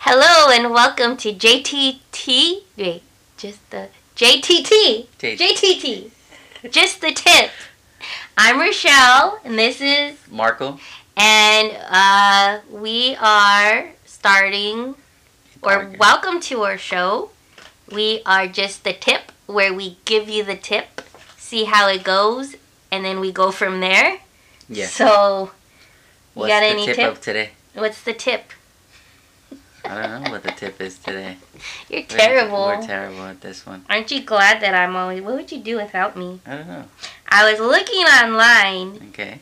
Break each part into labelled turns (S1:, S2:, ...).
S1: Hello and welcome to JTT. Wait, just the JTT.
S2: J-
S1: JTT. Just the tip. I'm Rochelle, and this is,
S2: Marco.
S1: and uh, we are starting, or
S2: Parker.
S1: welcome to our show. We are just the tip, where we give you the tip, see how it goes, and then we go from there.
S2: Yeah.
S1: So,
S2: What's
S1: got
S2: the
S1: any
S2: tip,
S1: tip?
S2: of today?
S1: what's the tip?
S2: I don't know what the tip is today.
S1: You're
S2: We're-
S1: terrible.
S2: We're, terrible at this one.
S1: Aren't you glad that I'm always? What would you do without me?
S2: I don't know.
S1: I was looking online.
S2: Okay.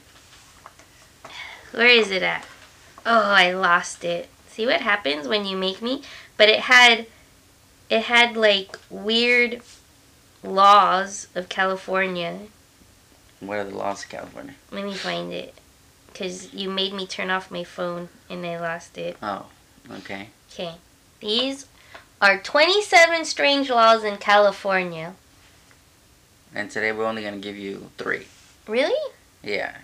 S1: Where is it at? Oh, I lost it. See what happens when you make me? But it had it had like weird laws of California.
S2: What are the laws of California?
S1: Let me find it. Cuz you made me turn off my phone and I lost it.
S2: Oh, okay.
S1: Okay. These are 27 strange laws in California.
S2: And today we're only going to give you three.
S1: Really?
S2: Yeah.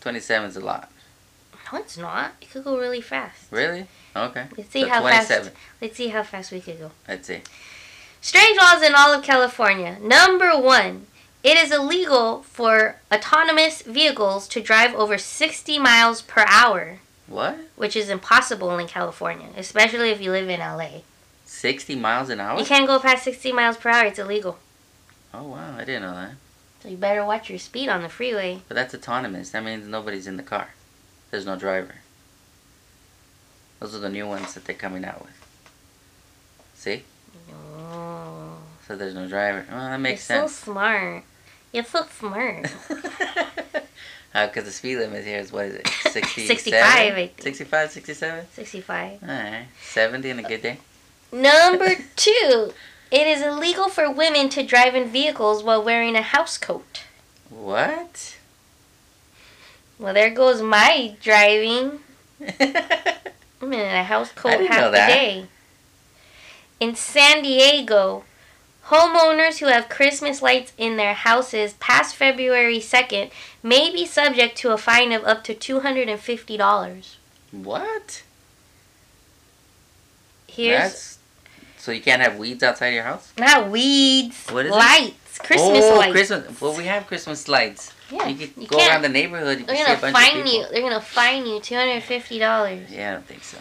S2: 27 is a lot.
S1: No, it's not. It could go really fast.
S2: Really? Okay.
S1: Let's see
S2: So
S1: how fast.
S2: 27.
S1: Let's see how fast we could go.
S2: Let's see.
S1: Strange laws in all of California. Number one, it is illegal for autonomous vehicles to drive over 60 miles per hour,
S2: What?
S1: which is impossible in California, especially if you live in LA.
S2: 60 miles an hour?
S1: You can't go past 60 miles per hour, it's illegal.
S2: Oh, wow. I didn't know that.
S1: So you better watch your speed on the freeway.
S2: But that's autonomous. That means nobody's in the car. There's no driver. Those are the new ones that they're coming out with. See?
S1: Oh,
S2: So there's no driver. Well, that makes
S1: You're
S2: sense.
S1: so smart. You're so smart.
S2: Because the speed limit here is, what is it, 67?
S1: 65, I think.
S2: 65, 67?
S1: 65.
S2: Alright. 70 in a good day?
S1: Number two, it is illegal for women to drive in vehicles while wearing a house coat.
S2: What?
S1: Well, there goes my driving.
S2: That's
S1: I'm in a house coat
S2: didn't know
S1: half the
S2: that.
S1: day. In San Diego, homeowners who have Christmas lights in their houses past February 2nd may be subject to a fine of up to $250.
S2: what?
S1: Here's
S2: That's... So you can't have weeds outside your house?
S1: not weeds,
S2: What is it?
S1: lights, Christmas
S2: oh,
S1: lights.
S2: Christmas. Well, we have Christmas lights.
S1: Yeah,
S2: you could
S1: you
S2: go
S1: can't.
S2: around the neighborhood. You can
S1: They're
S2: see a
S1: gonna
S2: bunch of
S1: fine
S2: people.
S1: you. They're gonna fine you two hundred fifty dollars.
S2: Yeah, I don't think so.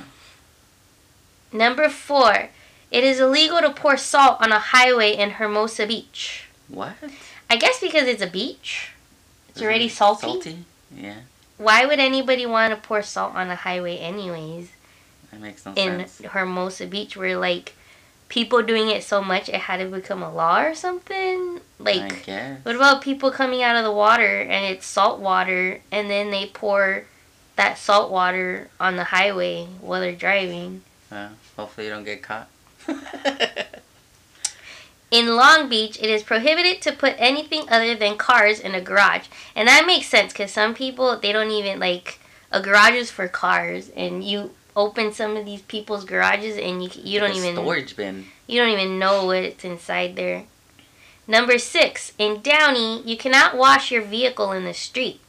S1: Number four, it is illegal to pour salt on a highway in Hermosa Beach.
S2: What?
S1: I guess because it's a beach. It's
S2: Isn't
S1: already
S2: it
S1: salty.
S2: Mm-hmm. Salty? Yeah,
S1: Why would anybody want to pour salt on a highway, anyways?
S2: that makes no
S1: In
S2: sense.
S1: Hermosa Beach, where like people doing it so much, it had to become a law or something.
S2: I
S1: Like,
S2: guess.
S1: what about people coming out of the water and it's salt water, and then they pour that salt water on the highway while they're driving?
S2: Well, hopefully you don't get caught.
S1: In Long Beach, it is prohibited to put anything other than cars in a garage. And that makes sense because some people, they don't even like a garage is for cars. And you open some of these people's garages and you, you don't
S2: The
S1: even
S2: storage bin.
S1: you don't even know what's inside there. Number six, in Downey, you cannot wash your vehicle in the street.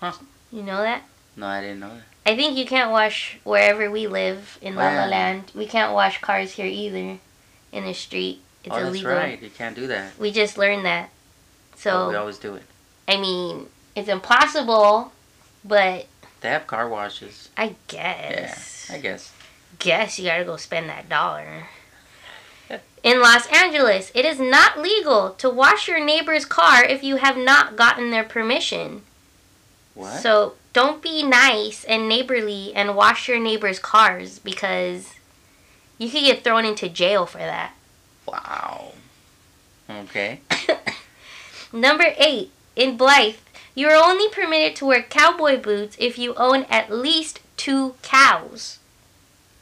S2: Huh.
S1: You know that?
S2: No, I didn't know that.
S1: I think you can't wash wherever we live in La La
S2: Wow.
S1: Land. We can't wash cars here either in the street. It's
S2: oh, that's
S1: illegal.
S2: right. You can't do that.
S1: We just learned that.
S2: So we
S1: So,
S2: always do it.
S1: I mean, it's impossible, but
S2: They have car washes.
S1: I guess.
S2: Yeah, I guess.
S1: guess you gotta go spend that dollar. In Los Angeles, it is not legal to wash your neighbor's car if you have not gotten their permission.
S2: What?
S1: So, don't be nice and neighborly and wash your neighbor's cars because you could get thrown into jail for that.
S2: wow. Okay.
S1: Number eight, in Blythe, you are only permitted to wear cowboy boots if you own at least two cows.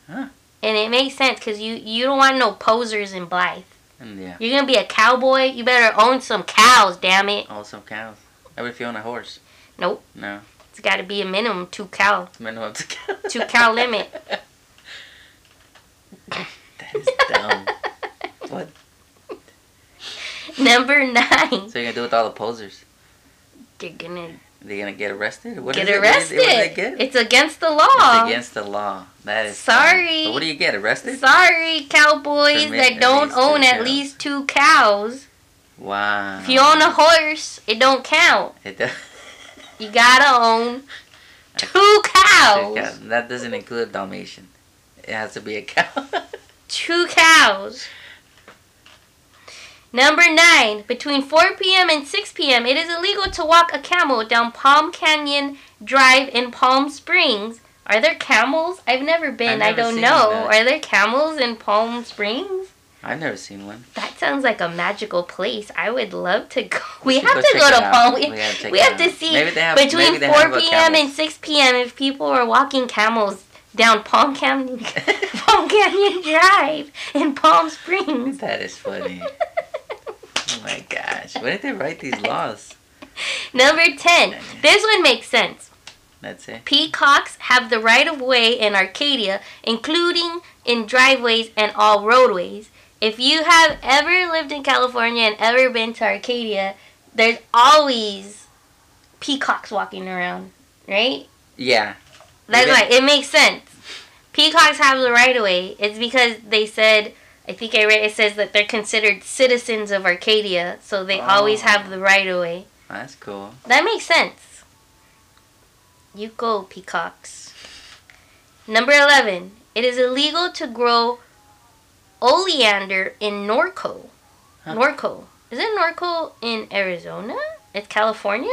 S2: Huh.
S1: And it makes sense because you, you don't want no posers in Blythe.
S2: And yeah.
S1: You're going to be a cowboy, you better own some cows, damn it.
S2: Also cows. How about if you own a horse?
S1: Nope.
S2: No.
S1: It's got to be a minimum two cow.
S2: It's minimum to cow.
S1: Two cow limit.
S2: that is dumb. what?
S1: Number nine,
S2: So you're gonna do it with all the posers?
S1: you're going to
S2: Are they gonna get arrested? What
S1: get
S2: is it? What is
S1: arrested.
S2: it? What do they get?
S1: It's against the law.
S2: It's against the law. That is
S1: Sorry.
S2: But what do you get arrested?
S1: Sorry, cowboys
S2: Permit
S1: that
S2: at
S1: don't
S2: least two
S1: own at
S2: cows. Uh-huh.
S1: least two cows.
S2: wow.
S1: If you own a horse, it don't count.
S2: It does.
S1: You gotta own two cows.
S2: That doesn't include a Dalmatian. It has to be a cow.
S1: Two cows. Number nine, between 4 p.m. and 6 p.m., it is illegal to walk a camel down Palm Canyon Drive in Palm Springs. Are there camels? I've never been. I
S2: never
S1: don't
S2: seen
S1: know.
S2: that.
S1: Are there camels in Palm Springs?
S2: I've never seen one.
S1: That sounds like a magical place. I would love to go. We
S2: should
S1: have
S2: go
S1: to
S2: check
S1: go
S2: it
S1: to
S2: out.
S1: Palm. We,
S2: We gotta check
S1: we
S2: it
S1: have to
S2: out.
S1: see
S2: Maybe they have-
S1: between
S2: maybe they
S1: 4
S2: have a
S1: p.m. and
S2: camels.
S1: 6 p.m. if people are walking camels down Palm Canyon, Palm Canyon Drive in Palm Springs.
S2: That is funny. oh my gosh. Where did they write these laws?
S1: Number 10. This one makes sense.
S2: That's it.
S1: Peacocks have the right of way in Arcadia, including in driveways and all roadways. If you have ever lived in California and ever been to Arcadia, there's always peacocks walking around, right?
S2: Yeah.
S1: That's
S2: Yeah.
S1: why it makes sense. Peacocks have the right of way. It's because they said, I think I read it says that they're considered citizens of Arcadia, so they always
S2: Oh.
S1: have the right of way.
S2: That's cool.
S1: That makes sense. You go, peacocks. Number 11. It is illegal to grow oleander in Norco.
S2: Huh.
S1: Norco. Is it Norco in Arizona? It's California?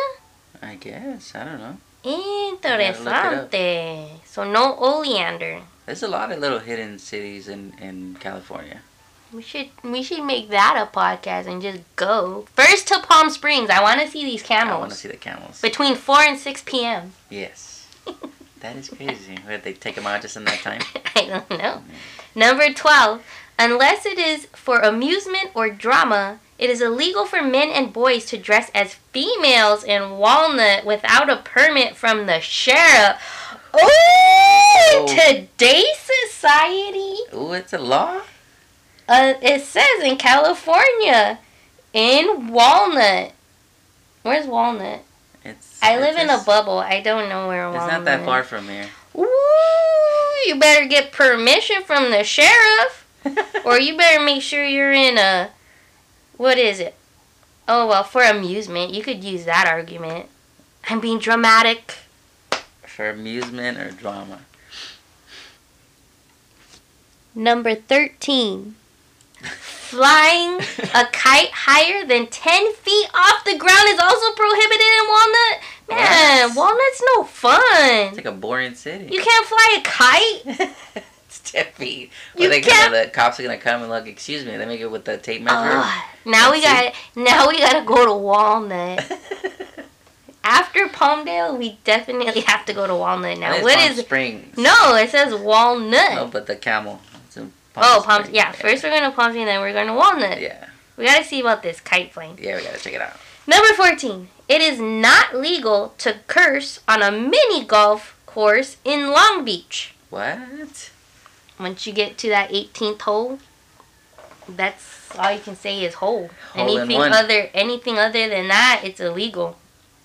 S2: I guess. I don't know. up.
S1: Interesante. So no oleander.
S2: There's a lot of little hidden cities in, in California.
S1: We should we should make that a podcast and just go first to Palm Springs. I want to see these
S2: I want
S1: camels
S2: to see the camels.
S1: between four and six p.m.
S2: yes. That is crazy. Where they take them out just in that time?
S1: I don't know. Number 12. Unless it is for amusement or drama, it is illegal for men and boys to dress as females in Walnut without a permit from the sheriff. Oh,
S2: Oh.
S1: today's society.
S2: Ooh, it's a law?
S1: Uh, it says in California, in Walnut. Where's Walnut?
S2: It's.
S1: I
S2: it's
S1: live in a
S2: just-
S1: bubble. I don't know where
S2: It's
S1: Walnut
S2: not that far from here.
S1: Ooh, you better get permission from the sheriff. or you better make sure you're in a what is it oh well for amusement you could use that argument i'm being dramatic
S2: for amusement or drama.
S1: number 13 flying a kite higher than 10 feet off the ground is also prohibited in walnut man
S2: What?
S1: walnut's no
S2: It's
S1: fun
S2: like a boring city.
S1: you can't fly a kite
S2: it's tippy.
S1: You
S2: they
S1: can't- Oh.
S2: Gonna, the cops are gonna come and look. Excuse me. Let me get with the tape measure.
S1: Ugh, now we got
S2: Let's
S1: now we gotta go to walnut after palmdale we definitely have to go to walnut now
S2: It's
S1: what
S2: Palm
S1: is
S2: Springs?
S1: No, it says walnut.
S2: No, but the camel. It's in
S1: oh, palm.
S2: Springs.
S1: Yeah, first we're gonna palm tree, then we're going to walnut.
S2: Yeah,
S1: We gotta see about this kite plane.
S2: yeah, we gotta check it out.
S1: Number fourteen. It is not legal to curse on a mini golf course in Long Beach.
S2: What?
S1: Once you get to that 18th hole, that's all you can say is hole.
S2: Hole in
S1: anything
S2: one.
S1: other, anything other than that, it's illegal.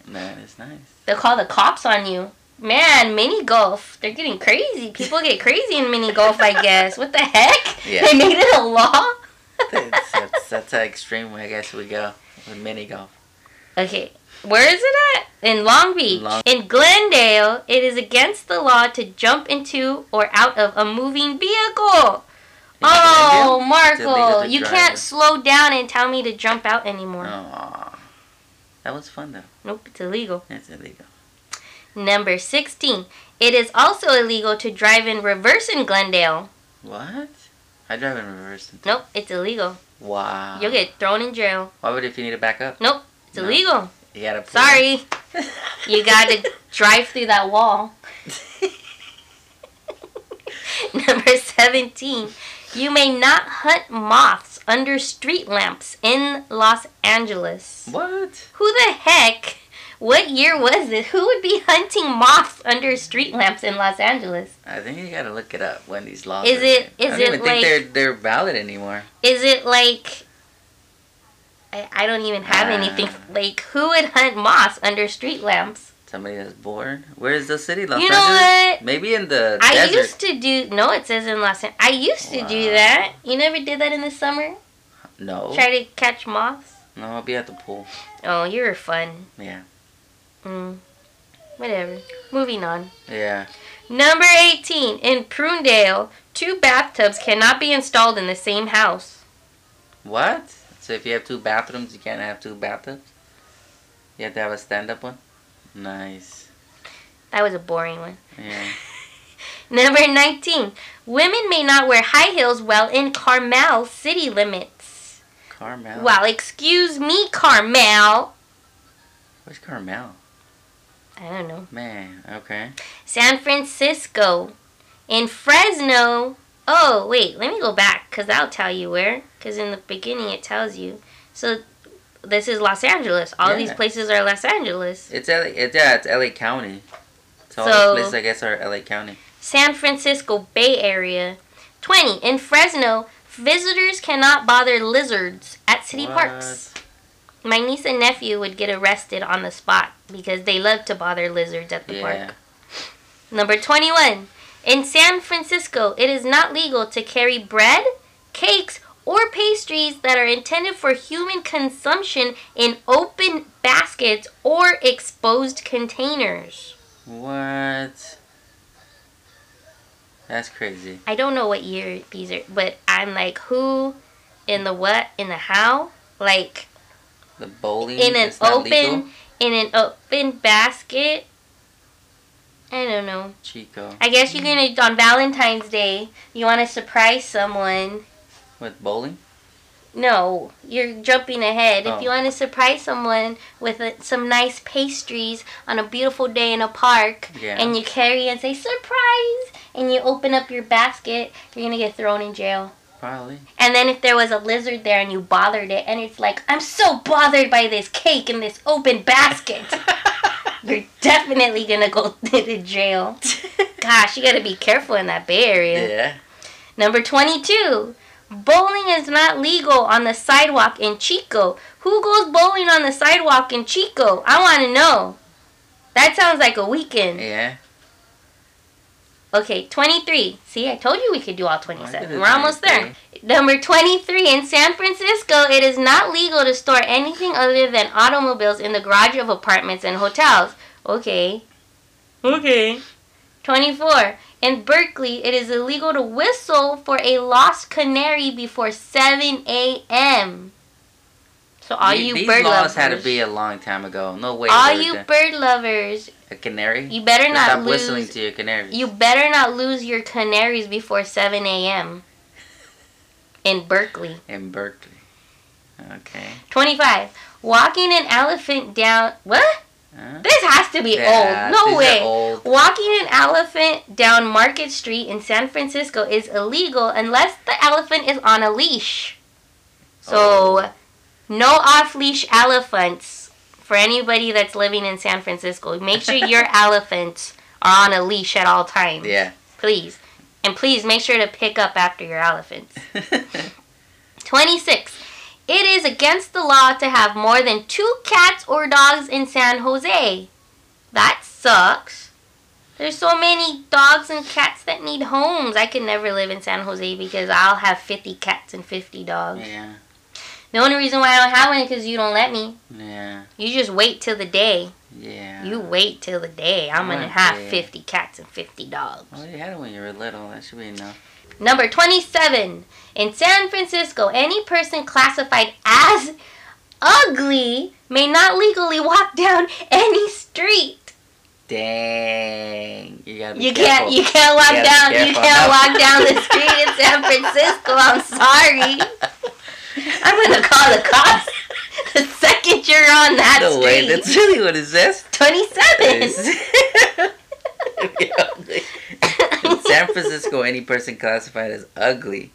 S2: Man, it's nice.
S1: They'll call the cops on you. Man, mini golf. They're getting crazy. People get crazy in mini golf, I guess. What the heck?
S2: Yeah.
S1: They made it a law?
S2: That's that's, that's how extreme I guess we go with mini golf.
S1: Okay, where is it at? In Long Beach.
S2: Long-
S1: in Glendale, it is against the law to jump into or out of a moving vehicle.
S2: In
S1: oh,
S2: Glendale? It's illegal
S1: Marco,
S2: to
S1: you
S2: drive
S1: can't
S2: it.
S1: slow down and tell me to jump out anymore.
S2: Aw. that was fun though.
S1: Nope, it's illegal.
S2: It's illegal.
S1: Number 16. It is also illegal to drive in reverse in Glendale.
S2: What? I drive in reverse.
S1: Nope, it's illegal.
S2: Wow.
S1: You'll get thrown in jail.
S2: Why would if you need to back up?
S1: It's
S2: No.
S1: illegal.
S2: You gotta. pull up.
S1: Sorry, you gotta drive through that wall. Number 17. You may not hunt moths under street lamps in Los Angeles.
S2: What?
S1: Who the heck? What year was this? Who would be hunting moths under street lamps in Los Angeles?
S2: I think you gotta look it up when these laws.
S1: Is
S2: are
S1: it-
S2: made.
S1: is
S2: I don't
S1: it
S2: even
S1: like-
S2: think they're they're valid anymore?
S1: Is it like. I, I don't even have anything.
S2: Ah.
S1: Like, who would hunt moths under street lamps?
S2: Somebody that's bored. Where is the city? Los
S1: you know
S2: Angeles.
S1: what?
S2: Maybe in the
S1: I
S2: desert.
S1: used to do. No, it says in Los Angeles. I used to do
S2: Wow. Oh.
S1: that. You never did that in the summer.
S2: No.
S1: Try to catch moths.
S2: No, I'll be at the pool.
S1: Oh, you were fun.
S2: Yeah.
S1: Mm. Whatever. Moving on.
S2: Yeah.
S1: Number 18. In Prunedale, two bathtubs cannot be installed in the same house.
S2: What? So if you have two bathrooms, you can't have two bathtubs. You have to have a stand-up one. Nice.
S1: That was a boring one.
S2: Yeah.
S1: Number 19. Women may not wear high heels while in Carmel city limits.
S2: Carmel.
S1: Well, excuse me, Carmel.
S2: Where's Carmel?
S1: I don't know.
S2: Man. Okay.
S1: San Francisco. In Fresno. Oh, wait, let me go back because that'll tell you where. Because in the beginning it tells you. So this is Los Angeles. All these
S2: Yeah.
S1: places are Los Angeles.
S2: It's LA. It's, yeah. It's LA County. So, all
S1: So-
S2: the places I guess are LA County.
S1: San Francisco Bay Area. 20. In Fresno, visitors cannot bother lizards at city parks. My niece and nephew would get arrested on the spot because they love to bother lizards at the
S2: Yeah.
S1: park. Number 21. In San Francisco, it is not legal to carry bread, cakes, or pastries that are intended for human consumption in open baskets or exposed containers.
S2: What? That's crazy.
S1: I don't know what year these are, but I'm like, who in the what in the how? Like,
S2: The bowling
S1: in an
S2: is Mm, not
S1: open
S2: legal?
S1: in an open basket. I don't know.
S2: Chico.
S1: I guess you're gonna
S2: Mm.
S1: on Valentine's Day. You want to surprise someone.
S2: With bowling?
S1: No, you're jumping ahead.
S2: Oh.
S1: If you want to surprise someone with uh some nice pastries on a beautiful day in a park,
S2: Yeah.
S1: and you carry and say surprise, and you open up your basket, you're gonna get thrown in jail.
S2: Probably.
S1: And then if there was a lizard there and you bothered it, and it's like, I'm so bothered by this cake in this open basket. You're definitely gonna go to jail. Gosh, you gotta be careful in that Bay Area.
S2: yeah.
S1: Number 22. Bowling is not legal on the sidewalk in Chico. Who goes bowling on the sidewalk in Chico? I wanna know. That sounds like a weekend.
S2: Yeah.
S1: Okay, 23. See, I told you we could do all
S2: I did
S1: 27.
S2: it
S1: We're almost there.
S2: nicely.
S1: Number 23. In San Francisco, it is not legal to store anything other than automobiles in the garage of apartments and hotels. Okay. Okay. 24. In Berkeley, it is illegal to whistle for a lost canary before 7 a.m. So, all
S2: The-
S1: you
S2: These
S1: bird
S2: laws
S1: lovers.
S2: had to be a long time ago. No way.
S1: all
S2: there was
S1: you
S2: a-
S1: bird lovers,
S2: a canary?
S1: you better
S2: You
S1: not
S2: Stop
S1: lose.
S2: whistling to your canary.
S1: You better not lose your canaries before 7 a.m. in Berkeley.
S2: In Berkeley. Okay.
S1: 25. Walking an elephant down. What?
S2: Huh?
S1: This has to be old.
S2: Yeah, these
S1: No
S2: are
S1: way.
S2: old.
S1: Walking an elephant down Market Street in San Francisco is illegal unless the elephant is on a leash. So,
S2: Oh.
S1: no off leash elephants for anybody that's living in San Francisco. Make sure your elephants are on a leash at all times.
S2: Yeah.
S1: Please. And please make sure to pick up after your elephants. 26. It is against the law to have more than two cats or dogs in San Jose. That sucks. There's so many dogs and cats that need homes. I could never live in San Jose because I'll have 50 cats and 50 dogs.
S2: yeah.
S1: The only reason why I don't have one is because you don't let me.
S2: Yeah.
S1: You just wait till the day.
S2: Yeah.
S1: You wait till the day. I'm going to
S2: One
S1: have
S2: day.
S1: 50 cats and 50 dogs.
S2: Well, you had it when you were little. That should be enough.
S1: Number 27. In San Francisco, any person classified as ugly may not legally walk down any street.
S2: Dang. You gotta be
S1: You
S2: careful.
S1: can't you can't walk
S2: Yeah,
S1: down you
S2: careful.
S1: can't walk down the street in San Francisco. I'm sorry. I'm going to call the cops the second you're on that
S2: No way.
S1: street.
S2: That's really what it says.
S1: 27.
S2: In San Francisco, any person classified as ugly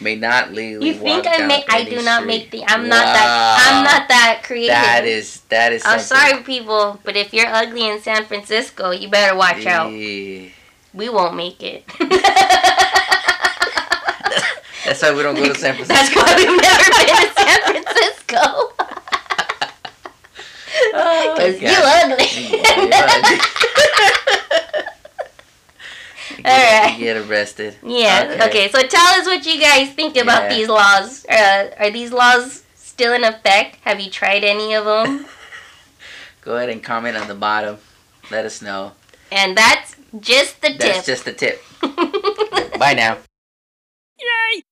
S2: may not legally
S1: You
S2: walk
S1: think I
S2: down
S1: make I
S2: any
S1: do not
S2: street.
S1: make the I'm not that
S2: Wow.
S1: I'm not that creative.
S2: That is that is.
S1: I'm
S2: something.
S1: Oh, sorry, people, but if you're ugly in San Francisco, you better watch out.
S2: Yeah.
S1: We won't make it.
S2: That's why we don't go to San Francisco.
S1: That's why we've never been to San Francisco.
S2: Oh,
S1: Because you
S2: God. Mm,
S1: ugly.
S2: Yeah,
S1: Yeah.
S2: You get arrested.
S1: Yeah. Okay. So tell us what you guys think about
S2: Yeah.
S1: these laws. Uh, are these laws still in effect? Have you tried any of them?
S2: Go ahead and comment on the bottom. Let us know.
S1: and that's just the
S2: That's
S1: tip.
S2: just the tip. Bye now.
S3: Yay!